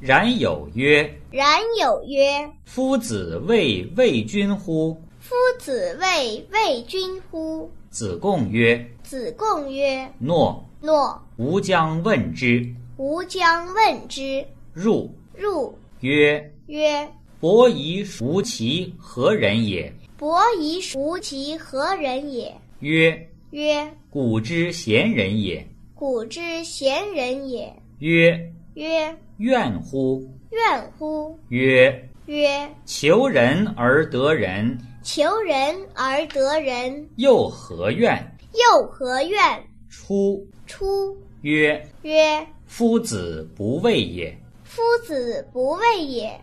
然有曰然有曰：“夫子谓谓君乎：“夫子谓谓君乎？”？”子贡曰子贡曰：“诺，：“诺，吾将问之。吾将问之。”入”入曰曰：“伯夷叔其何人也？”：“伯夷叔其何人也曰？”曰：“古之贤人也。”：“古之贤人也。曰”曰：“怨乎？”怨乎？曰曰：“求人而得人，求人而得人，又何怨？又何怨？出出曰：“曰：夫子不畏也。”夫子不畏也。